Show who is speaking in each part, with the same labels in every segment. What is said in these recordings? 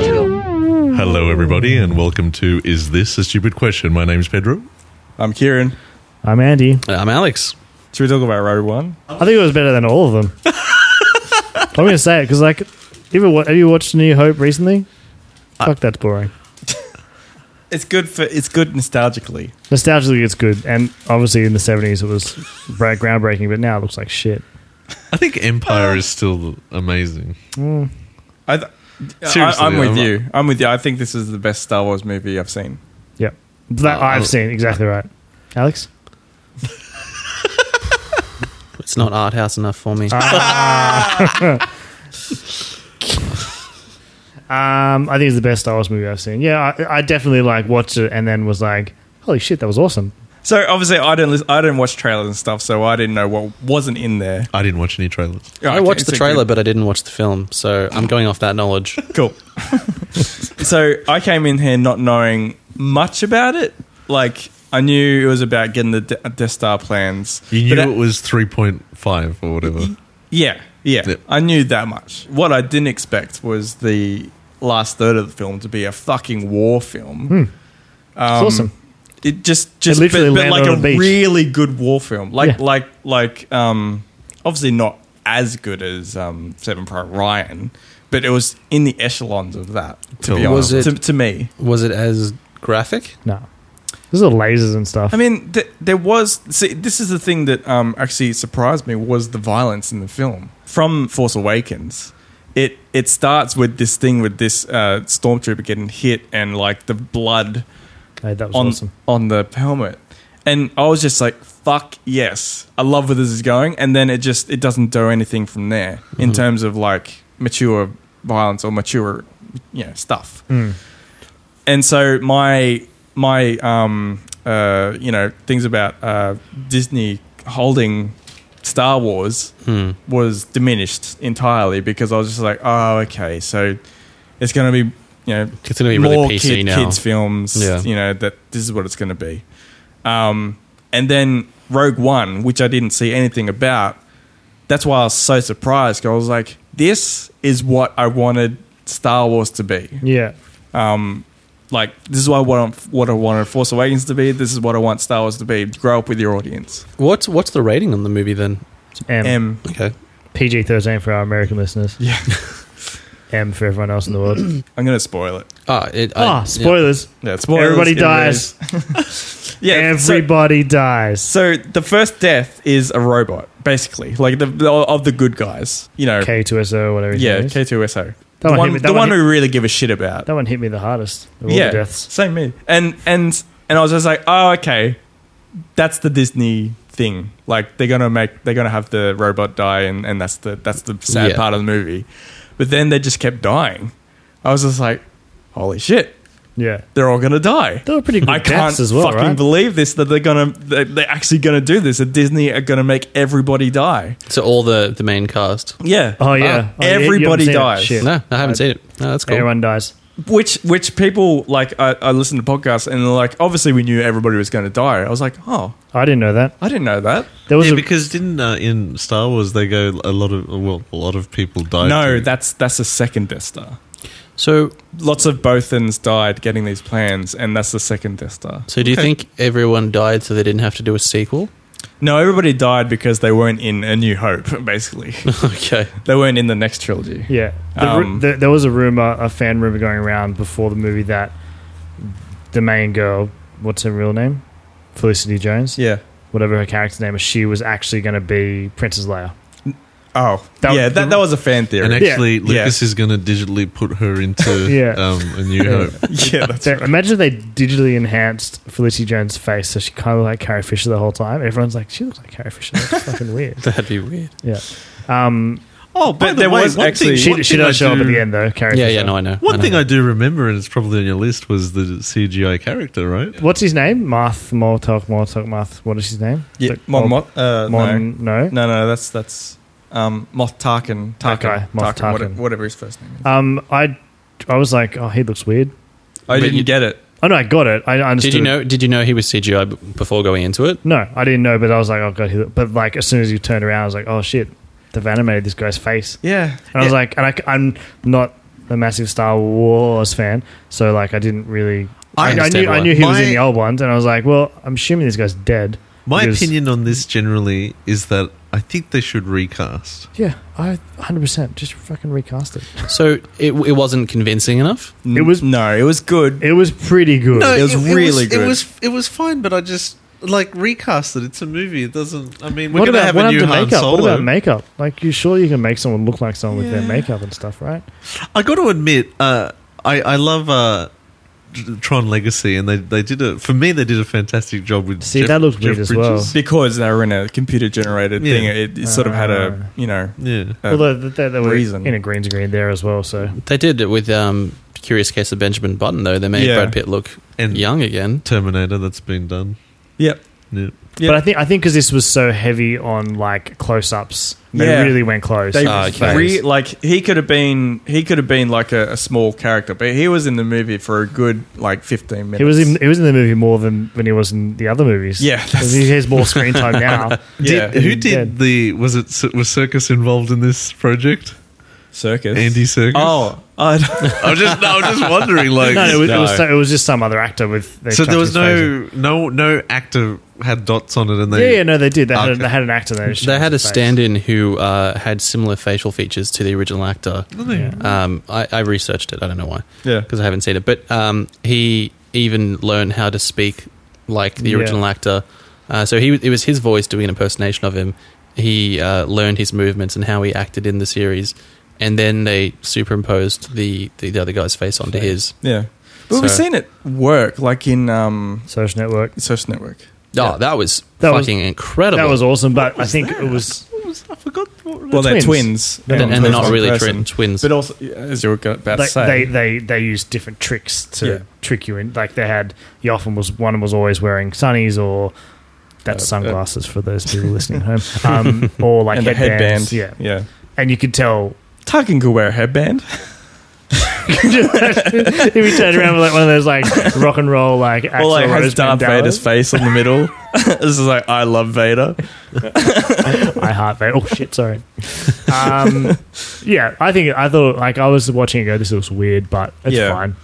Speaker 1: Hello, everybody, and welcome to Is This a Stupid Question? My name's Pedro.
Speaker 2: I'm Kieran.
Speaker 3: I'm Andy.
Speaker 4: Uh, I'm Alex.
Speaker 2: Should we talk about Road One?
Speaker 3: I think it was better than all of them. I'm going to say it because, like, ever wa- have you watched New Hope recently? Fuck, that's boring.
Speaker 2: It's good for it's good nostalgically.
Speaker 3: Nostalgically, it's good, and obviously in the '70s it was bra- groundbreaking, but now it looks like shit.
Speaker 1: I think Empire is still amazing.
Speaker 2: I th-
Speaker 1: Seriously,
Speaker 2: I, I'm with
Speaker 1: I'm-
Speaker 2: you. I'm with you. I think this is the best Star Wars movie I've seen.
Speaker 3: Yep, that
Speaker 4: Uh,
Speaker 3: I've
Speaker 4: I-
Speaker 3: seen exactly right. Alex,
Speaker 4: It's not art house enough for me.
Speaker 1: Ah,
Speaker 3: um, I think it's the best Star Wars movie I've seen. Yeah, I, I definitely like watched it and then was like, "Holy shit, that was awesome!"
Speaker 2: So obviously, I didn't listen, I didn't watch trailers and stuff, so I didn't know what wasn't in there.
Speaker 1: I didn't watch any trailers.
Speaker 4: I watched the trailer, but I didn't watch the film, so I'm going off that knowledge.
Speaker 2: Cool. so I came in here not knowing much about it. Like I knew it was about getting the De- Death Star plans.
Speaker 1: You knew
Speaker 2: But I-
Speaker 1: it was 3.5 or whatever.
Speaker 2: Yeah, yeah.
Speaker 1: Yep.
Speaker 2: I knew that much. What I didn't expect was the last third of the film to be a fucking war film. Um,
Speaker 3: It's awesome.
Speaker 2: It just, just,
Speaker 3: Hmm. literally
Speaker 2: but, but
Speaker 3: landed
Speaker 2: like
Speaker 3: on
Speaker 2: a
Speaker 3: a beach.
Speaker 2: really good war film. Like,
Speaker 3: Yeah.
Speaker 2: like, like. Um, obviously not as good as um, Seven Pro Ryan, but it was in the echelons of that. To be
Speaker 4: Was
Speaker 2: honest,
Speaker 4: it-
Speaker 2: to, to me,
Speaker 4: Was it as graphic?
Speaker 3: No, there's little lasers and stuff.
Speaker 2: I mean, th- there was. See, this is the thing that um, actually surprised me was the violence in the film from Force Awakens. It it starts with this thing with this uh, stormtrooper getting hit and like the blood
Speaker 3: Hey, that was
Speaker 2: on
Speaker 3: awesome.
Speaker 2: on the helmet, and I was just like, "Fuck yes, I love where this is going." And then it just it doesn't do anything from there
Speaker 4: Mm-hmm.
Speaker 2: in terms of like mature violence or mature you know stuff
Speaker 3: Mm.
Speaker 2: and so my my um uh you know things about uh Disney holding Star Wars
Speaker 4: Hmm.
Speaker 2: was diminished entirely because I was just like, oh, okay, so it's going to be you know
Speaker 4: It's going to be
Speaker 2: more
Speaker 4: really PC
Speaker 2: kid,
Speaker 4: now.
Speaker 2: kids films.
Speaker 4: Yeah.
Speaker 2: You know that this is what it's going to be. Um, and then Rogue One, which I didn't see anything about. That's why I was so surprised. 'cause I was like, this is what I wanted Star Wars to be.
Speaker 3: Yeah,
Speaker 2: Um, like this is what I want. What I wanted Force Awakens to be. This is what I want Star Wars to be. Grow up with your audience.
Speaker 4: What's what's the rating on the movie then?
Speaker 3: M,
Speaker 2: M.
Speaker 4: Okay,
Speaker 3: PG-13 for our American listeners.
Speaker 2: Yeah.
Speaker 3: M for everyone else in the world.
Speaker 2: I'm going to spoil it.
Speaker 4: ah, it, I-
Speaker 3: Ah,
Speaker 4: yeah.
Speaker 3: spoilers.
Speaker 2: Yeah, spoilers.
Speaker 3: Everybody
Speaker 2: it
Speaker 3: dies.
Speaker 2: is. yeah, so-
Speaker 3: Everybody dies.
Speaker 2: So the first death is a robot, basically, like the, the of the good guys, you know.
Speaker 3: K2SO, whatever. his
Speaker 2: yeah,
Speaker 3: name is.
Speaker 2: K two S O. The
Speaker 3: That one hit
Speaker 2: one,
Speaker 3: me- that
Speaker 2: the
Speaker 3: one
Speaker 2: one we really give a shit about.
Speaker 3: that one hit me the hardest of all
Speaker 2: yeah,
Speaker 3: the deaths.
Speaker 2: same me. And and and I was just like, oh, okay, that's the Disney thing. Like they're gonna make they're gonna have the robot die, and, and that's the that's the sad
Speaker 4: Yeah.
Speaker 2: part of the movie. But then they just kept dying. I was just like, holy shit,
Speaker 3: Yeah.
Speaker 2: they're all gonna die.
Speaker 3: They were pretty good
Speaker 2: I
Speaker 3: deaths
Speaker 2: can't
Speaker 3: as well,
Speaker 2: fucking
Speaker 3: right?
Speaker 2: believe this that they're gonna they- they're actually gonna do this. That Disney are gonna make everybody die.
Speaker 4: So all the the main cast.
Speaker 2: Yeah.
Speaker 3: oh, yeah. Oh, you- you haven't
Speaker 2: everybody
Speaker 3: seen it.
Speaker 2: dies.
Speaker 3: Shit.
Speaker 4: No, I haven't seen it. No, that's cool.
Speaker 3: Uh, Everyone dies.
Speaker 2: Which which people like I, I listened to podcasts and they're like obviously we knew everybody was going to die. I was like, oh,
Speaker 3: I didn't know that.
Speaker 2: I didn't know that.
Speaker 3: There was
Speaker 1: Yeah,
Speaker 3: a,
Speaker 1: because didn't uh, in Star Wars they go a lot of well a lot of people died.
Speaker 2: no,
Speaker 1: too.
Speaker 2: that's that's the second Death Star.
Speaker 4: So
Speaker 2: Lots of Bothans died getting these plans, and that's the second Death Star.
Speaker 4: so do you think everyone died so they didn't have to do a sequel?
Speaker 2: No, everybody died because they weren't in A New Hope. Basically,
Speaker 4: okay.
Speaker 2: they weren't in the next trilogy.
Speaker 3: yeah. The ru-
Speaker 2: Um,
Speaker 3: the- there was a rumor, a fan rumor going around before the movie that the main girl, what's her real name? Felicity Jones,
Speaker 2: Yeah.
Speaker 3: whatever her character's name is, she was actually going to be Princess Leia.
Speaker 2: Oh,
Speaker 3: That-
Speaker 2: yeah. That, that was a fan theory.
Speaker 1: and actually,
Speaker 2: Yeah.
Speaker 1: Lucas is going to digitally put her into
Speaker 3: Yeah.
Speaker 1: um, a new
Speaker 3: Yeah.
Speaker 1: hope.
Speaker 2: yeah, that's
Speaker 3: So imagine if they digitally enhanced Felicity Jones' face so she kind of like Carrie Fisher the whole time. Everyone's like, she looks like Carrie Fisher. That's fucking weird.
Speaker 4: That'd be weird.
Speaker 3: Yeah. Um,
Speaker 1: Oh, by
Speaker 2: But
Speaker 1: the
Speaker 2: there
Speaker 1: way,
Speaker 2: was
Speaker 1: one thing,
Speaker 2: actually-
Speaker 3: she
Speaker 1: one
Speaker 3: she
Speaker 1: thing I
Speaker 3: does show up at
Speaker 1: do-
Speaker 3: the end though. Carrie
Speaker 4: Yeah,
Speaker 3: Fisher.
Speaker 4: yeah, no, I know.
Speaker 1: One
Speaker 4: know.
Speaker 1: thing I do remember, and it's probably on your list, was the CGI character, right?
Speaker 3: What's his name? Marth Mortok Mortok Marth. What is his name?
Speaker 2: yeah.
Speaker 3: The-
Speaker 2: Mon,
Speaker 3: Mor-
Speaker 2: Moth- uh, no.
Speaker 3: Mon. No.
Speaker 2: No, no, that's that's um, Moth Tarkin. Tarkin.
Speaker 3: That guy, Moff
Speaker 2: what-
Speaker 3: Tarkin.
Speaker 2: whatever his first name is.
Speaker 3: Um, I I was like, oh, he looks weird.
Speaker 2: I
Speaker 4: But
Speaker 2: didn't
Speaker 4: you-
Speaker 2: get it.
Speaker 3: Oh no, I got it. I understood.
Speaker 4: Did you
Speaker 3: it.
Speaker 4: know? Did you know he was CGI b- before going into it?
Speaker 3: No, I didn't know, but I was like, oh god. He look-" but like, as soon as you turned around, I was like, oh shit, they've animated this guy's face.
Speaker 2: Yeah.
Speaker 3: And I was like, and I, am not a massive Star Wars fan, so like I didn't really.
Speaker 5: I
Speaker 3: I, I
Speaker 5: understand
Speaker 3: knew I
Speaker 5: why.
Speaker 3: knew he was
Speaker 5: My-
Speaker 3: in the old ones, and I was like, well, I'm assuming this guy's dead.
Speaker 5: My
Speaker 3: Because-
Speaker 5: opinion on this generally is that I think they should recast.
Speaker 3: Yeah, I 100 percent just fucking recast it.
Speaker 4: So it, it wasn't convincing enough.
Speaker 2: It
Speaker 3: was-
Speaker 2: no, it was good.
Speaker 3: It was pretty good.
Speaker 2: it was really good.
Speaker 5: It was it was fine, but I just like recast it. It's a movie. It doesn't. I mean, we're
Speaker 3: what
Speaker 5: going to
Speaker 3: about
Speaker 5: have
Speaker 3: what
Speaker 5: a
Speaker 3: happened
Speaker 5: new
Speaker 3: to
Speaker 5: Han
Speaker 3: makeup? What
Speaker 5: Solo.
Speaker 3: about makeup? Like, you sure you can make someone look like someone with
Speaker 5: Yeah.
Speaker 3: their makeup and stuff, right?
Speaker 5: I got to admit, uh, I I love uh, Tr- Tron Legacy, and they they did a for me they did a fantastic job with.
Speaker 3: See,
Speaker 5: Jeff-
Speaker 3: that looked
Speaker 5: Jeff
Speaker 3: weird as
Speaker 5: Bridges.
Speaker 3: well.
Speaker 2: because they were in a computer generated
Speaker 5: Yeah.
Speaker 2: thing. It, it sort of had a you know
Speaker 5: Yeah,
Speaker 2: a
Speaker 3: Although th- they, they were
Speaker 2: reason.
Speaker 3: in a green screen there as well, so
Speaker 4: They did it with um, Curious Case of Benjamin Button, though. They made
Speaker 2: Yeah.
Speaker 4: Brad Pitt look
Speaker 5: and
Speaker 4: young again.
Speaker 5: Terminator that's been done.
Speaker 2: Yep.
Speaker 5: Yeah.
Speaker 2: Yeah.
Speaker 3: But I think I think because this was so heavy on like close ups, they
Speaker 2: Yeah.
Speaker 3: really went close.
Speaker 2: They
Speaker 4: Ah, okay.
Speaker 2: re- like he could have been he could have been like a, a small character, but he was in the movie for a good like fifteen minutes.
Speaker 3: he was in, he was in the movie more than when he was in the other movies.
Speaker 2: Yeah, that's-
Speaker 3: he has more screen time now.
Speaker 2: yeah
Speaker 5: Who did
Speaker 3: Dead.
Speaker 5: the was it Cir- was Circus involved in this project?
Speaker 2: circus.
Speaker 5: Andy Circus.
Speaker 2: Oh, I don't-
Speaker 5: I was just no, I was just wondering like
Speaker 3: no, it was, It, was
Speaker 4: No.
Speaker 3: so, it was just some other actor with. they
Speaker 5: so
Speaker 3: chucked
Speaker 5: there was
Speaker 3: his face
Speaker 5: no no no actor had dots on it and
Speaker 3: in.
Speaker 5: they
Speaker 3: yeah, yeah, no, they did. They, had,
Speaker 5: Okay.
Speaker 3: they had an actor. They, just
Speaker 4: They
Speaker 3: chucked
Speaker 4: had a
Speaker 3: his face.
Speaker 4: stand in who uh, had similar facial features to the original actor. Um, I, I researched it. I don't know why.
Speaker 2: yeah.
Speaker 4: because I haven't seen it. But um, he even learned how to speak like the
Speaker 3: Yeah.
Speaker 4: original actor. Uh, so he it was his voice doing an impersonation of him. He uh, learned his movements and how he acted in the series, and then they superimposed the the, the other guy's face onto his.
Speaker 2: Yeah. But we've
Speaker 4: So-
Speaker 2: seen it work, like in um,
Speaker 3: Social Network.
Speaker 2: Social Network.
Speaker 4: Oh, that was
Speaker 3: That was-
Speaker 4: fucking incredible.
Speaker 3: That was awesome, but I think it was.
Speaker 5: What was- I forgot. What,
Speaker 2: well, they're
Speaker 3: twins.
Speaker 2: twins,
Speaker 3: They're
Speaker 4: and, and they're not
Speaker 2: Person.
Speaker 4: really twin, twins.
Speaker 2: But also, yeah, as you were about to
Speaker 3: they,
Speaker 2: say,
Speaker 3: they they they used different tricks to
Speaker 2: Yeah.
Speaker 3: trick you in. Like they had, you often was one was always wearing sunnies or that's
Speaker 2: Uh, uh,
Speaker 3: sunglasses for those people listening at home, um, or like
Speaker 2: and the
Speaker 3: headbands.
Speaker 2: headband,
Speaker 3: Yeah,
Speaker 2: yeah.
Speaker 3: and you could tell
Speaker 2: Tarkin could wear a headband.
Speaker 3: if you turned around with like one of those like rock and roll like Axl
Speaker 2: Well, like
Speaker 3: Rose
Speaker 2: has Darth Vader's
Speaker 3: bandanas.
Speaker 2: face on the middle. this is like I love Vader.
Speaker 3: I heart Vader. Oh shit, sorry. Um, yeah, I think I thought like I was watching it. Go, this looks weird, but it's
Speaker 2: Yeah.
Speaker 3: fine.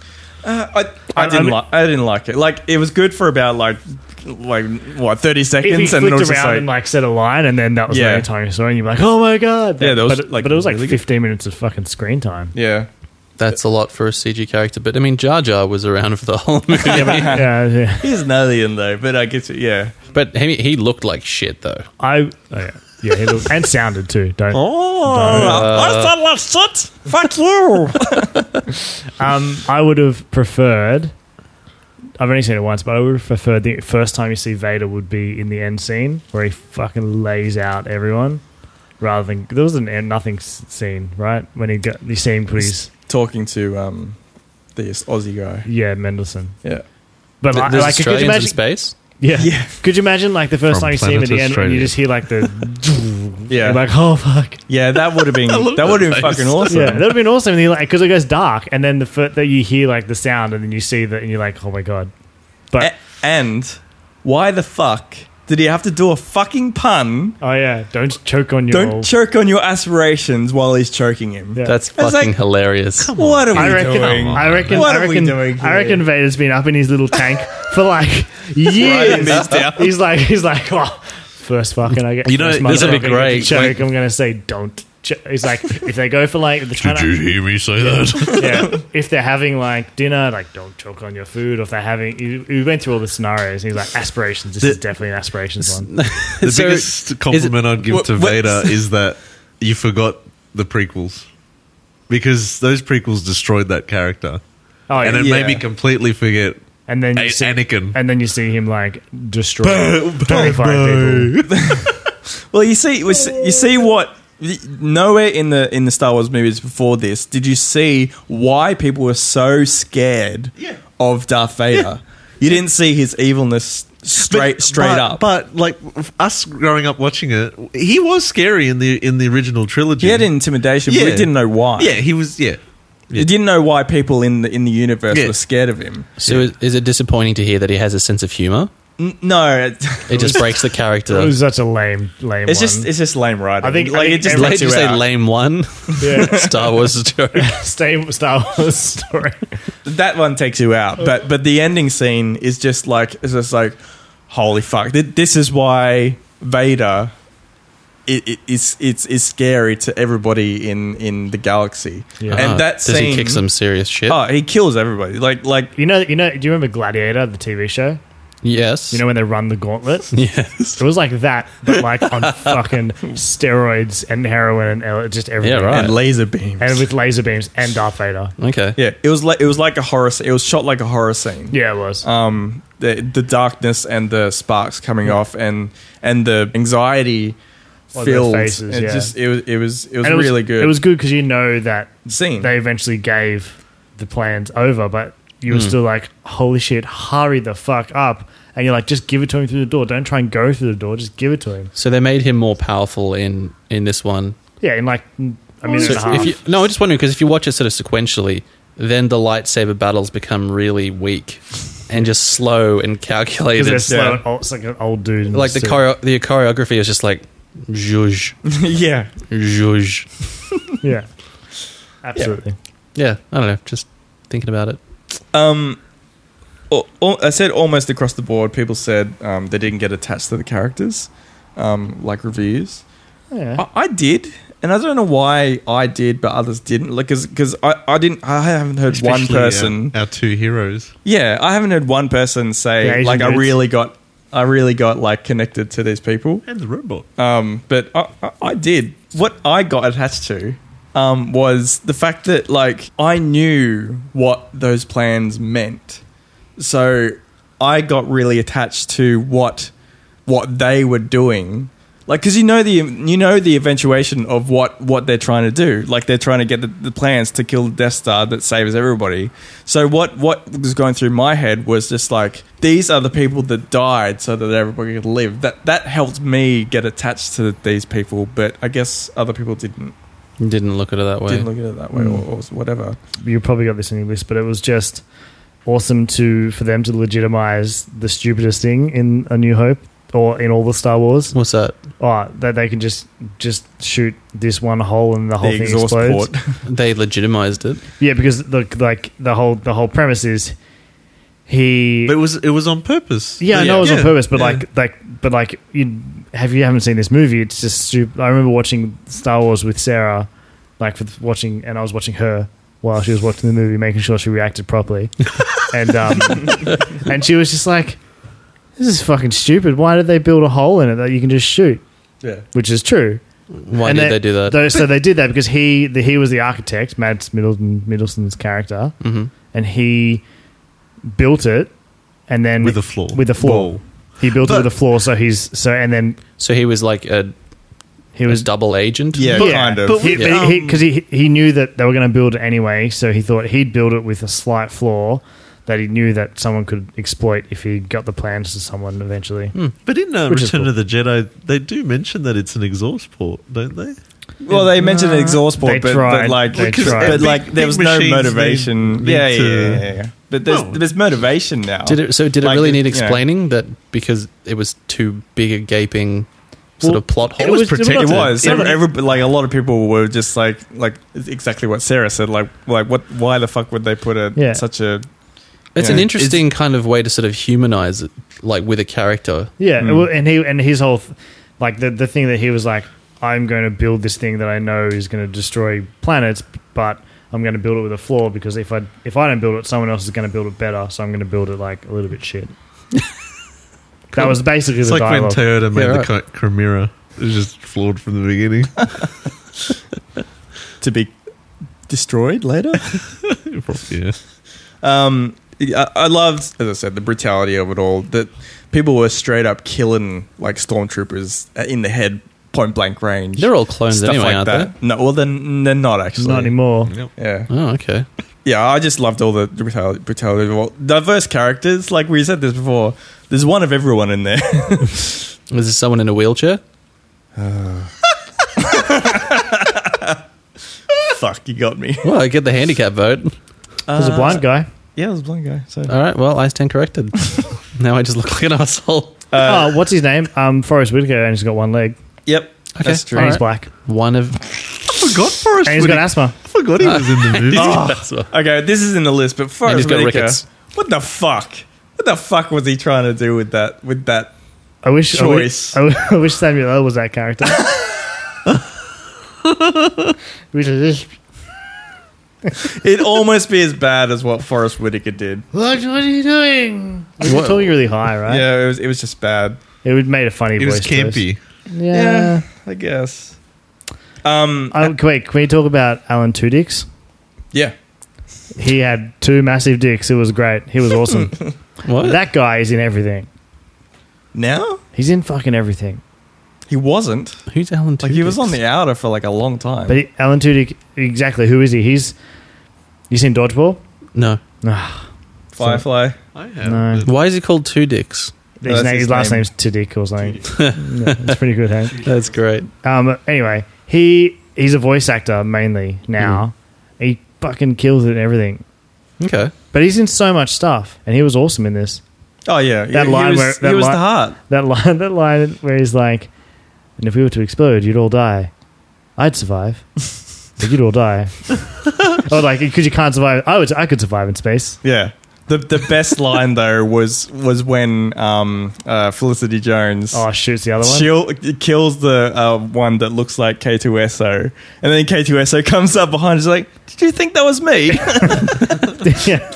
Speaker 2: Uh, I, I
Speaker 3: I
Speaker 2: didn't
Speaker 3: mean-
Speaker 2: like. I didn't like it. Like it was good for about like like what thirty
Speaker 3: If you
Speaker 2: seconds, and
Speaker 3: flicked
Speaker 2: then it was
Speaker 3: around
Speaker 2: just like,
Speaker 3: and like said a line, and then that was the
Speaker 2: Yeah.
Speaker 3: only time you saw, it, and you're like, "Oh my god!"
Speaker 2: Yeah, that was,
Speaker 3: but, it-
Speaker 2: like,
Speaker 3: but it was like
Speaker 2: really good.
Speaker 3: 15 minutes of fucking screen time.
Speaker 2: yeah,
Speaker 4: That's a lot for a CG character. But I mean, Jar Jar was around for the whole movie.
Speaker 3: yeah, but, yeah, yeah.
Speaker 2: he's an alien though. But I guess yeah.
Speaker 4: but he he looked like shit though.
Speaker 3: I oh, yeah, yeah he looked, and sounded too. Don't. uh,
Speaker 2: Oh, I thought last shit. Fuck you.
Speaker 3: Um, I would have preferred. I've only seen it once, but I would have preferred the first time you see Vader would be in the end scene where he fucking lays out everyone, rather than there was an end nothing s- scene right when he got you see him put his
Speaker 2: Talking to um, this Aussie guy.
Speaker 3: yeah Mendelsohn.
Speaker 2: Yeah,
Speaker 3: But
Speaker 4: Th-
Speaker 3: like,
Speaker 4: There's
Speaker 3: like, could you
Speaker 4: Australians in
Speaker 3: imagine?
Speaker 4: space.
Speaker 3: Yeah.
Speaker 2: Yeah.
Speaker 3: Could you imagine like the first
Speaker 5: From
Speaker 3: time you see him at
Speaker 5: planet
Speaker 3: the end and
Speaker 5: Australia.
Speaker 3: you just hear like the
Speaker 2: Yeah.
Speaker 3: You're like oh fuck
Speaker 2: yeah. That would have been
Speaker 5: love
Speaker 2: that would have
Speaker 5: that
Speaker 2: been
Speaker 5: face.
Speaker 2: fucking awesome.
Speaker 3: yeah that would have been awesome and you like because it goes dark and then the fir- that you hear like the sound and then you see that and you're like oh my god
Speaker 4: Eh.
Speaker 3: but
Speaker 2: A- and why the fuck did he have to do a fucking pun?
Speaker 3: oh yeah don't choke on your
Speaker 2: Don't choke on your aspirations while he's choking him.
Speaker 3: Yeah.
Speaker 4: That's
Speaker 2: like-
Speaker 4: fucking hilarious.
Speaker 2: What are we
Speaker 3: I reckon,
Speaker 2: doing?
Speaker 3: I reckon,
Speaker 2: What
Speaker 3: I
Speaker 2: are we
Speaker 3: reckon,
Speaker 2: doing
Speaker 3: I reckon
Speaker 2: here?
Speaker 3: Vader's been up in his little tank for like
Speaker 2: Writing
Speaker 3: years.
Speaker 2: this down.
Speaker 3: he's like, he's like, well, first fucking, I get,
Speaker 4: You know,
Speaker 3: first
Speaker 4: this would
Speaker 3: motherfucker I
Speaker 4: be
Speaker 3: get
Speaker 4: great,
Speaker 3: to Choke,
Speaker 4: like-
Speaker 3: I'm gonna say don't. Ch-. He's like, if they go for like, if they're trying
Speaker 1: Did you
Speaker 3: to,
Speaker 1: hear me say that?
Speaker 3: yeah, if they're having like dinner, like don't choke on your food. Or if they're having, you, we went through all the scenarios. And he's like, aspirations. This is definitely an aspirations one.
Speaker 5: The
Speaker 4: So-
Speaker 5: biggest compliment I'd give
Speaker 2: Wha-
Speaker 5: to
Speaker 2: what-
Speaker 5: Vader is that you forgot the prequels because those prequels destroyed that character
Speaker 3: Oh, yeah.
Speaker 5: and
Speaker 3: and,
Speaker 5: it
Speaker 3: then,
Speaker 5: made me completely forget A-
Speaker 3: you see,
Speaker 5: Anakin.
Speaker 3: and then you see him like destroy twenty-five people.
Speaker 2: Well, you see, we see- you see what nowhere in the in the Star Wars movies before this did you see why people were so scared of Darth Vader. You didn't see his evilness straight
Speaker 5: But-
Speaker 2: straight
Speaker 5: but-
Speaker 2: up.
Speaker 5: But like us growing up watching it, he was scary in the in the original trilogy.
Speaker 2: he had intimidation, but
Speaker 5: Yeah.
Speaker 2: we didn't know why.
Speaker 5: Yeah, he was. Yeah,
Speaker 2: You didn't know why people in the in the universe
Speaker 5: Yeah.
Speaker 2: were scared of him.
Speaker 4: So is, is it disappointing to hear that he has a sense of humor?
Speaker 2: N- no, it-
Speaker 4: It just breaks the
Speaker 3: It
Speaker 4: character.
Speaker 3: was such a lame, lame.
Speaker 2: it's
Speaker 3: one.
Speaker 2: just it's just lame writing.
Speaker 3: I think-
Speaker 2: like
Speaker 3: I
Speaker 2: it
Speaker 3: think
Speaker 2: just
Speaker 3: every-
Speaker 2: lets
Speaker 4: Did
Speaker 2: you
Speaker 4: you say
Speaker 2: out.
Speaker 4: lame one?
Speaker 3: yeah.
Speaker 4: Star Wars is a joke.
Speaker 3: Stay Star Wars story.
Speaker 2: That one takes you out,
Speaker 3: Oh.
Speaker 2: but but the ending scene is just like it's just like, holy fuck! Th- This is why Vader. It, it, it's it's is scary to everybody in in the galaxy,
Speaker 3: Yeah.
Speaker 4: Uh,
Speaker 2: and that
Speaker 4: does
Speaker 2: scene
Speaker 4: he kick some serious shit?
Speaker 2: Oh, he kills everybody. Like like
Speaker 3: You know, you know. Do you remember Gladiator, the TV show?
Speaker 4: yes.
Speaker 3: You know when they run the gauntlet?
Speaker 4: yes.
Speaker 3: It was like that, but like on fucking steroids and heroin and el- just everything.
Speaker 4: right.
Speaker 2: and laser beams.
Speaker 3: And with laser beams and Darth Vader.
Speaker 4: Okay.
Speaker 2: yeah, it was like it was like a horror. sc- It was shot like a horror scene.
Speaker 3: Yeah, it was.
Speaker 2: um, the the darkness and the sparks coming off, and and the anxiety
Speaker 3: Or their
Speaker 2: filled.
Speaker 3: faces,
Speaker 2: it
Speaker 3: yeah.
Speaker 2: just it was it was it was
Speaker 3: And it
Speaker 2: really good.
Speaker 3: It was good because you know that
Speaker 2: scene.
Speaker 3: they eventually gave the plans over, but you were still like, holy shit, hurry the fuck up. And you're like, just give it to him through the door. Don't try and go through the door. Just give it to him.
Speaker 4: So they made him more powerful in in this one.
Speaker 3: Yeah, in like mm, a minute
Speaker 4: So
Speaker 3: and a half.
Speaker 4: if you, no, I'm just wondering because if you watch it sort of sequentially, then the lightsaber battles become really weak and just slow and calculated.
Speaker 3: because they're slow
Speaker 2: yeah.
Speaker 3: and old, it's like an old dude. and
Speaker 4: Like the
Speaker 3: still-
Speaker 4: choreo- the choreography is just like zhuzh,
Speaker 2: yeah,
Speaker 4: zhuzh.
Speaker 3: Yeah. Absolutely.
Speaker 4: Yeah, I don't know. Just thinking about it.
Speaker 2: um, al- al- I said almost across the board. People said um, they didn't get attached to the characters, um, like reviews.
Speaker 3: Yeah.
Speaker 2: I, I did. And I don't know why I did, but others didn't. Like, because I, I didn't, I haven't heard one
Speaker 5: Especially our-
Speaker 2: person.
Speaker 5: our, two heroes.
Speaker 2: Yeah, I haven't heard one person
Speaker 3: The
Speaker 2: say
Speaker 3: Asian
Speaker 2: like I
Speaker 3: dudes.
Speaker 2: really got, I really got like connected to these people.
Speaker 5: And the robot.
Speaker 2: Um, but I, I, I did. What I got attached to um, was the fact that, like, I knew what those plans meant. So I got really attached to what what they were doing. Like, because you know the you know the eventuation of what what they're trying to do. Like, they're trying to get the, the plans to kill the Death Star that saves everybody. So what what was going through my head was just like these are the people that died so that everybody could live. That that helped me get attached to these people, but I guess other people didn't
Speaker 4: Didn't look at it that way.
Speaker 2: didn't look at it that way
Speaker 3: Hmm.
Speaker 2: or, or whatever.
Speaker 3: you probably got this in your list, but it was just awesome to for them to legitimize the stupidest thing in A New Hope or in all the Star Wars.
Speaker 4: What's that?
Speaker 3: Oh, that they can just just shoot this one hole and the whole
Speaker 2: the
Speaker 3: thing
Speaker 2: exhaust
Speaker 3: explodes.
Speaker 2: port.
Speaker 4: They legitimized it.
Speaker 3: Yeah, because look, like the whole the whole premise is he.
Speaker 5: But it was it was on purpose.
Speaker 3: yeah, I know it was on
Speaker 5: Yeah,
Speaker 3: purpose, but
Speaker 5: yeah.
Speaker 3: like like but like you have you haven't seen this movie? It's just stupid. I remember watching Star Wars with Sarah, like for watching, and I was watching her while she was watching the movie, making sure she reacted properly, and um, and she was just like, "This is fucking stupid. Why did they build a hole in it that you can just shoot?"
Speaker 2: yeah.
Speaker 3: Which is true.
Speaker 4: Why
Speaker 3: And
Speaker 4: did
Speaker 3: they-
Speaker 4: they do that?
Speaker 3: Though, so they did that because he the, he was the architect, Mads Middleton, Middleton's character,
Speaker 4: Mhm.
Speaker 3: and he built it, and then
Speaker 5: With a flaw.
Speaker 3: with a flaw.
Speaker 5: Whoa.
Speaker 3: He built it
Speaker 5: But-
Speaker 3: with a flaw, so he's so, and then
Speaker 4: So he was like a
Speaker 3: he
Speaker 4: it
Speaker 3: was
Speaker 4: was double agent.
Speaker 2: Yeah. kind of.
Speaker 3: But he-
Speaker 4: Yeah.
Speaker 3: but he
Speaker 5: Um,
Speaker 3: because he, he knew that they were going to build it anyway, so he thought he'd build it with a slight flaw that he knew that someone could exploit if he got the plans to someone eventually.
Speaker 2: Hmm.
Speaker 5: But in uh,
Speaker 3: Which is
Speaker 5: Return
Speaker 3: cool.
Speaker 5: of the Jedi, they do mention that it's an exhaust port, don't they?
Speaker 2: Well, they mentioned an exhaust port,
Speaker 3: They
Speaker 2: but,
Speaker 3: tried.
Speaker 2: but like,
Speaker 3: They
Speaker 2: because-
Speaker 3: tried.
Speaker 2: but like,
Speaker 5: Big
Speaker 2: there was no
Speaker 5: machines need-
Speaker 2: motivation.
Speaker 5: need
Speaker 2: yeah, yeah,
Speaker 5: to-
Speaker 2: yeah, yeah, yeah. But there's
Speaker 5: Well-
Speaker 2: there's motivation now.
Speaker 4: Did it? So did it
Speaker 2: Like,
Speaker 4: really
Speaker 2: it-
Speaker 4: need
Speaker 2: you know.
Speaker 4: explaining that because it was too big a gaping sort
Speaker 3: Well,
Speaker 4: of plot hole?
Speaker 3: It was
Speaker 2: It
Speaker 3: protected.
Speaker 2: was.
Speaker 3: Yeah,
Speaker 2: Every,
Speaker 3: but-
Speaker 2: every, like a lot of people were just like, like it's exactly what Sarah said. Like, like what? Why the fuck would they put a
Speaker 3: Yeah.
Speaker 2: such a?
Speaker 4: It's
Speaker 2: Yeah.
Speaker 4: an interesting kind of way to sort of humanize it, like with a character.
Speaker 3: Yeah,
Speaker 5: Hmm.
Speaker 2: Mm.
Speaker 3: well, and he and his whole th- like the the thing that he was like, I'm going to build this thing that I know is going to destroy planets, but I'm going to build it with a flaw because if I if I don't build it, someone else is going to build it better. So I'm going to build it like a little bit shit. That was basically
Speaker 5: It's
Speaker 3: the
Speaker 5: like when
Speaker 3: dialogue.
Speaker 5: Toyota made
Speaker 4: Yeah,
Speaker 5: the Chi- Chimera. It was just flawed from the beginning.
Speaker 2: to be destroyed later.
Speaker 5: yeah.
Speaker 2: um, I, I loved, as I said, the brutality of it all. That people were straight up killing like stormtroopers in the head, point blank range.
Speaker 4: They're all clones
Speaker 2: stuff
Speaker 4: anyway,
Speaker 2: like
Speaker 4: aren't
Speaker 2: that. No, well, then they're not actually.
Speaker 3: Not anymore.
Speaker 2: Yeah,
Speaker 4: they? Oh, okay.
Speaker 2: yeah. I just loved all the brutality. brutality of all- diverse characters. Like we said this before. There's one of everyone in there.
Speaker 4: Is this someone in a wheelchair?
Speaker 2: Fuck, you got me.
Speaker 4: Well, I get the handicap vote.
Speaker 2: Uh,
Speaker 3: There's a blind guy.
Speaker 2: Yeah, it was a blind guy. So
Speaker 4: All right. Well, I stand corrected. Now I just look like an asshole.
Speaker 2: Uh,
Speaker 3: oh, what's his name? Um, Forrest Whitaker, and he's got one leg,
Speaker 2: Yep.
Speaker 4: Okay.
Speaker 2: That's true.
Speaker 3: and he's
Speaker 2: Alright.
Speaker 3: black,
Speaker 4: One of
Speaker 5: I forgot Forrest.
Speaker 3: and he's
Speaker 5: Whitaker.
Speaker 3: got asthma.
Speaker 5: I forgot he was in the movie.
Speaker 3: Oh,
Speaker 4: That's what-
Speaker 2: Okay, this is in the list, but
Speaker 4: And he's
Speaker 2: Forrest
Speaker 4: got
Speaker 2: Whitaker.
Speaker 4: rickets.
Speaker 2: What the fuck? What the fuck was he trying to do with that? With that?
Speaker 3: I wish, I
Speaker 2: Choice.
Speaker 3: wish, I wish- I wish Samuel L was that character. Which is just-
Speaker 2: It'd almost be as bad as what Forrest Whitaker did.
Speaker 3: what, what are you doing? We were
Speaker 4: What-
Speaker 3: talking really high, right?
Speaker 2: Yeah, it was. It was just bad.
Speaker 3: It would made a funny
Speaker 5: It
Speaker 3: voice.
Speaker 5: was
Speaker 3: to us.
Speaker 5: campy.
Speaker 3: Yeah.
Speaker 2: Yeah, I guess. Um.
Speaker 3: Um, can- wait, can we talk about Alan Two Dicks?
Speaker 2: yeah.
Speaker 3: He had two massive dicks. It was great. He was awesome.
Speaker 4: What?
Speaker 3: that guy is in everything.
Speaker 2: Now
Speaker 3: He's in fucking everything.
Speaker 2: he wasn't.
Speaker 4: Who's Alan?
Speaker 2: Like he was
Speaker 4: Tudyk?
Speaker 2: on the outer for like a long time.
Speaker 3: But he, Alan Tudyk, exactly. Who is he? He's. You seen Dodgeball?
Speaker 4: No.
Speaker 3: Ah,
Speaker 2: Firefly.
Speaker 5: I have.
Speaker 3: No.
Speaker 5: but-
Speaker 4: Why is he called Two Dicks?
Speaker 3: his,
Speaker 2: that's
Speaker 3: name,
Speaker 2: his
Speaker 3: his last
Speaker 2: name.
Speaker 3: name's Tudyk or something. yeah, that's pretty good, hey?
Speaker 4: That's great.
Speaker 3: Um, anyway, he he's a voice actor mainly now.
Speaker 2: Hmm.
Speaker 3: He fucking kills it and everything.
Speaker 4: Okay.
Speaker 3: But he's in so much stuff, and he was awesome in this.
Speaker 2: Oh yeah,
Speaker 3: That
Speaker 2: he,
Speaker 3: line
Speaker 2: he was,
Speaker 3: where- that
Speaker 2: he was
Speaker 3: li-
Speaker 2: the heart.
Speaker 3: That line, that line where he's like, "And if we were to explode, you'd all die. I'd survive, but you'd all die." or like, because you can't survive. I would, I could survive in space.
Speaker 2: Yeah. The the best line though was was when um, uh, Felicity Jones
Speaker 3: Oh, shoots the other one.
Speaker 2: chill, kills the uh, one that looks like K2SO, and then K2SO comes up behind. She's like, "Did you think that was me?"
Speaker 3: yeah.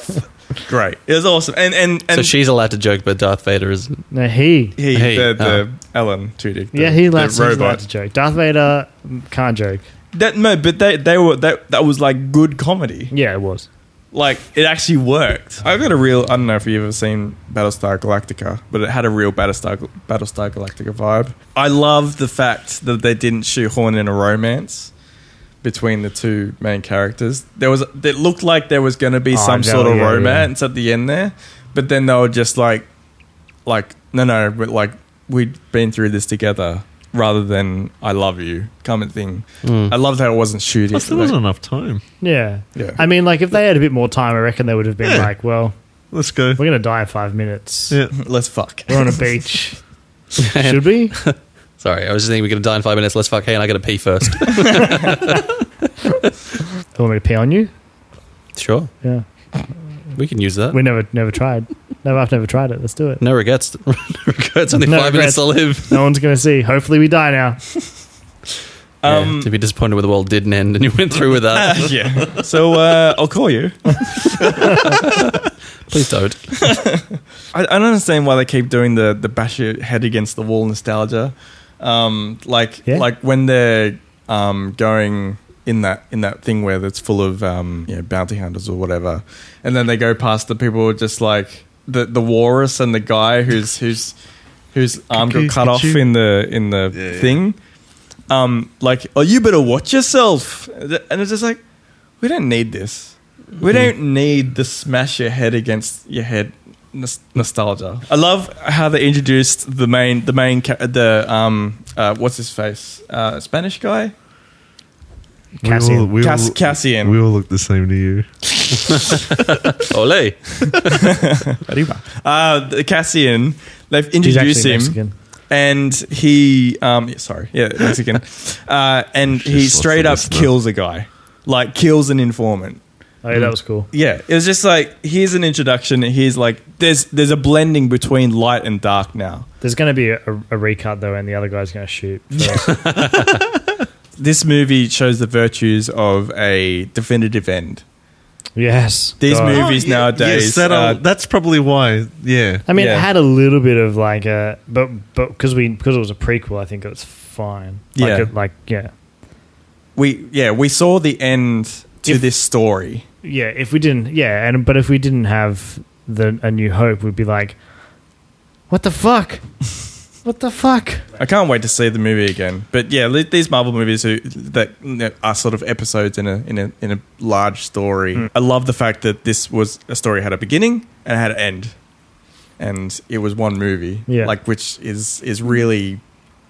Speaker 2: Great. It was awesome. And and and
Speaker 4: so she's allowed to joke, but Darth Vader is.
Speaker 3: No, he.
Speaker 2: he
Speaker 4: Hey,
Speaker 2: the,
Speaker 4: uh,
Speaker 2: the Ellen Tudyk. the-
Speaker 3: Yeah, he
Speaker 2: the
Speaker 3: likes he's allowed
Speaker 2: robot.
Speaker 3: to joke. Darth Vader mm, can't joke.
Speaker 2: That no, but they they were that that was like good comedy.
Speaker 3: Yeah, it was.
Speaker 2: Like it actually worked. I've got a real. I don't know if you've ever seen Battlestar Galactica, but it had a real Battlestar Battlestar Galactica vibe. I love the fact that they didn't shoehorn in a romance between the two main characters. There was it looked like there was going to be
Speaker 3: Oh,
Speaker 2: some
Speaker 3: no,
Speaker 2: sort of
Speaker 3: yeah, yeah.
Speaker 2: romance at the end there, but then they were just like, like no, no, but like we've been through this together. Rather than I love you kind of thing.
Speaker 4: Hmm.
Speaker 2: I loved how it wasn't shooting.
Speaker 5: Plus, there wasn't enough time.
Speaker 3: Yeah.
Speaker 2: Yeah.
Speaker 3: I mean, like, if they had a bit more time, I reckon they would have been
Speaker 5: Yeah.
Speaker 3: like, well,
Speaker 5: Let's go.
Speaker 3: we're going to die in five minutes.
Speaker 5: Yeah.
Speaker 2: Let's fuck.
Speaker 3: We're on a beach. Should we?
Speaker 4: Sorry, I was just thinking we're going to die in five minutes. Let's fuck. Hey, and I got to pee first.
Speaker 3: You want me to pee on you?
Speaker 4: sure,
Speaker 3: Yeah.
Speaker 4: we can use that.
Speaker 3: We never never tried. No, I've never tried it. Let's do it.
Speaker 4: No regrets. no regrets. Only
Speaker 3: No
Speaker 4: five minutes
Speaker 3: regrets.
Speaker 4: to live.
Speaker 3: No one's going to see. Hopefully, we die now.
Speaker 2: Um,
Speaker 4: Yeah, to be disappointed when the world didn't end and you went through with that.
Speaker 2: yeah. So uh, I'll call you.
Speaker 4: Please don't.
Speaker 2: I, I don't understand why they keep doing the the bash your head against the wall nostalgia. Um, like
Speaker 3: Yeah.
Speaker 2: like when they're um, going in that in that thing where it's full of um, you know, bounty hunters or whatever, and then they go past the people who are just like the the walrus and the guy who's who's whose arm got
Speaker 5: Cuckoo,
Speaker 2: cut off
Speaker 5: cuckoo.
Speaker 2: in the in the
Speaker 5: Yeah, yeah.
Speaker 2: thing. Um, like, oh, you better watch yourself. And it's just like, we don't need this.
Speaker 3: Mm-hmm.
Speaker 2: We don't need the smash your head against your head nos- nostalgia. I love how they introduced the main, the main, ca- the um, uh, what's his face, uh, Spanish guy,
Speaker 3: Cassian.
Speaker 5: We all, we
Speaker 2: Cass-
Speaker 5: all,
Speaker 2: Cassian.
Speaker 5: We all look the same to you.
Speaker 4: Ole.
Speaker 2: uh, the Cassian. They've
Speaker 3: He's
Speaker 2: introduced
Speaker 3: actually
Speaker 2: him,
Speaker 3: Mexican.
Speaker 2: and he, um, yeah, sorry, yeah, Mexican, uh, and he
Speaker 5: Just lost
Speaker 2: straight
Speaker 5: the
Speaker 2: up
Speaker 5: listener.
Speaker 2: kills a guy, like kills an informant.
Speaker 3: Oh, yeah, that was cool.
Speaker 2: yeah it was just like here's an introduction and here's like there's there's a blending between light and dark now
Speaker 3: There's going to be a, a, a recut, though, and the other guy's going to shoot. first.
Speaker 2: this movie shows the virtues of a definitive end
Speaker 3: yes.
Speaker 2: These
Speaker 3: God.
Speaker 2: movies- nowadays,
Speaker 5: Oh, Yes, that'll-
Speaker 2: uh,
Speaker 5: that's probably why. Yeah.
Speaker 3: I mean,
Speaker 2: Yeah.
Speaker 3: it had a little bit of like a, but but because we because it was a prequel, I think it was fine. Like
Speaker 2: Yeah.
Speaker 3: it, like yeah,
Speaker 2: we yeah we saw the end to
Speaker 3: If-
Speaker 2: this story
Speaker 3: yeah. If we didn't, yeah, and but if we didn't have the a new hope, we'd be like, what the fuck, what the fuck.
Speaker 2: i can't wait to see the movie again but yeah li- these marvel movies who that that are sort of episodes in a in a in a large story i love the fact that this was a story had a beginning and had an end and it was one movie
Speaker 3: Yeah.
Speaker 2: like which is is really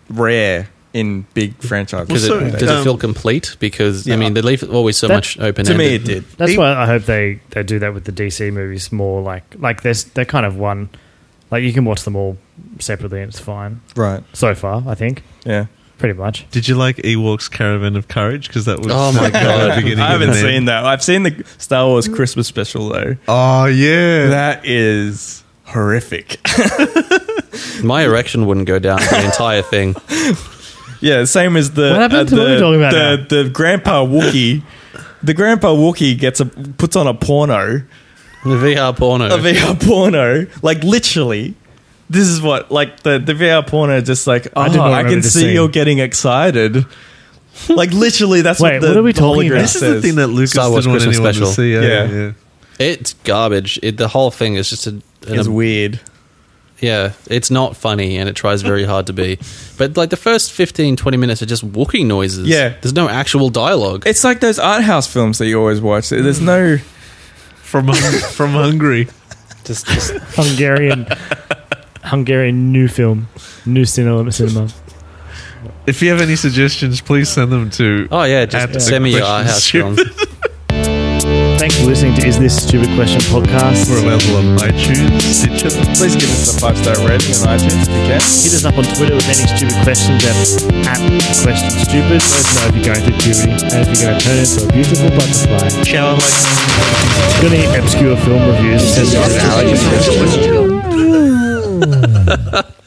Speaker 2: rare in big franchises
Speaker 4: Does,
Speaker 5: Also,
Speaker 4: it, does it
Speaker 5: um,
Speaker 4: feel complete? Because I
Speaker 5: yeah.
Speaker 4: mean, they leave always so
Speaker 3: That-
Speaker 4: much open.
Speaker 2: to me it did
Speaker 3: That's
Speaker 5: He-
Speaker 3: why I hope they, they do that with the DC movies more. Like like there's they're kind of one Like you can watch them all separately and it's fine.
Speaker 2: Right.
Speaker 3: So far, I think.
Speaker 2: Yeah.
Speaker 3: Pretty much.
Speaker 5: Did you like Ewok's Caravan of Courage? Because that was
Speaker 4: Oh my
Speaker 5: at the
Speaker 4: God.
Speaker 5: beginning
Speaker 2: I
Speaker 5: and
Speaker 2: haven't
Speaker 5: the end.
Speaker 2: seen that. I've seen the Star Wars Christmas special though.
Speaker 5: Oh yeah,
Speaker 2: That is horrific.
Speaker 4: My erection wouldn't go down for the entire thing.
Speaker 2: yeah, same as the uh,
Speaker 3: What happened?
Speaker 2: the,
Speaker 3: What are we talking about
Speaker 2: the, the grandpa Wookie. The grandpa Wookie gets a puts on a porno,
Speaker 4: The VR porno.
Speaker 2: a VR porno, like literally. This is what like the the VR porno just like oh,
Speaker 3: I
Speaker 2: I,
Speaker 3: did not remember
Speaker 2: can
Speaker 3: this
Speaker 2: see
Speaker 3: scene.
Speaker 2: you're getting excited. Like literally, that's what,
Speaker 3: Wait,
Speaker 2: the,
Speaker 3: what are we
Speaker 2: the
Speaker 3: talking
Speaker 2: hologram
Speaker 3: about?
Speaker 5: this is the
Speaker 2: says.
Speaker 5: thing that Lucas
Speaker 4: Star
Speaker 5: didn't
Speaker 4: Wars
Speaker 5: want anyone to
Speaker 4: Christmas special.
Speaker 5: see.
Speaker 2: Yeah.
Speaker 4: It's garbage. It, the whole thing is just a. an
Speaker 2: is weird.
Speaker 4: Yeah, it's not funny and it tries very hard to be. But like the first 15, 20 minutes are just walking noises.
Speaker 2: Yeah.
Speaker 4: There's no actual dialogue.
Speaker 2: It's like those art house films that you always watch. There's
Speaker 3: Mm.
Speaker 2: no
Speaker 5: from Hung- from Hungary.
Speaker 4: just, just
Speaker 3: Hungarian Hungarian new film. New cinema cinema.
Speaker 5: If you have any suggestions, please send them to.
Speaker 4: Oh yeah,
Speaker 5: Add the
Speaker 4: just send me your art
Speaker 5: questions
Speaker 4: house
Speaker 5: to-
Speaker 4: films.
Speaker 3: Thanks for listening to Is This Stupid Question podcast.
Speaker 5: We're available on iTunes, Stitcher,
Speaker 2: Please give us a five star rating on iTunes if you can.
Speaker 3: Hit us up on Twitter with any stupid questions at, at question stupid. Let us know if you're going through puberty and if you're going to turn into a beautiful butterfly.
Speaker 5: shower like.
Speaker 3: Got any obscure film reviews? Send them to Alex.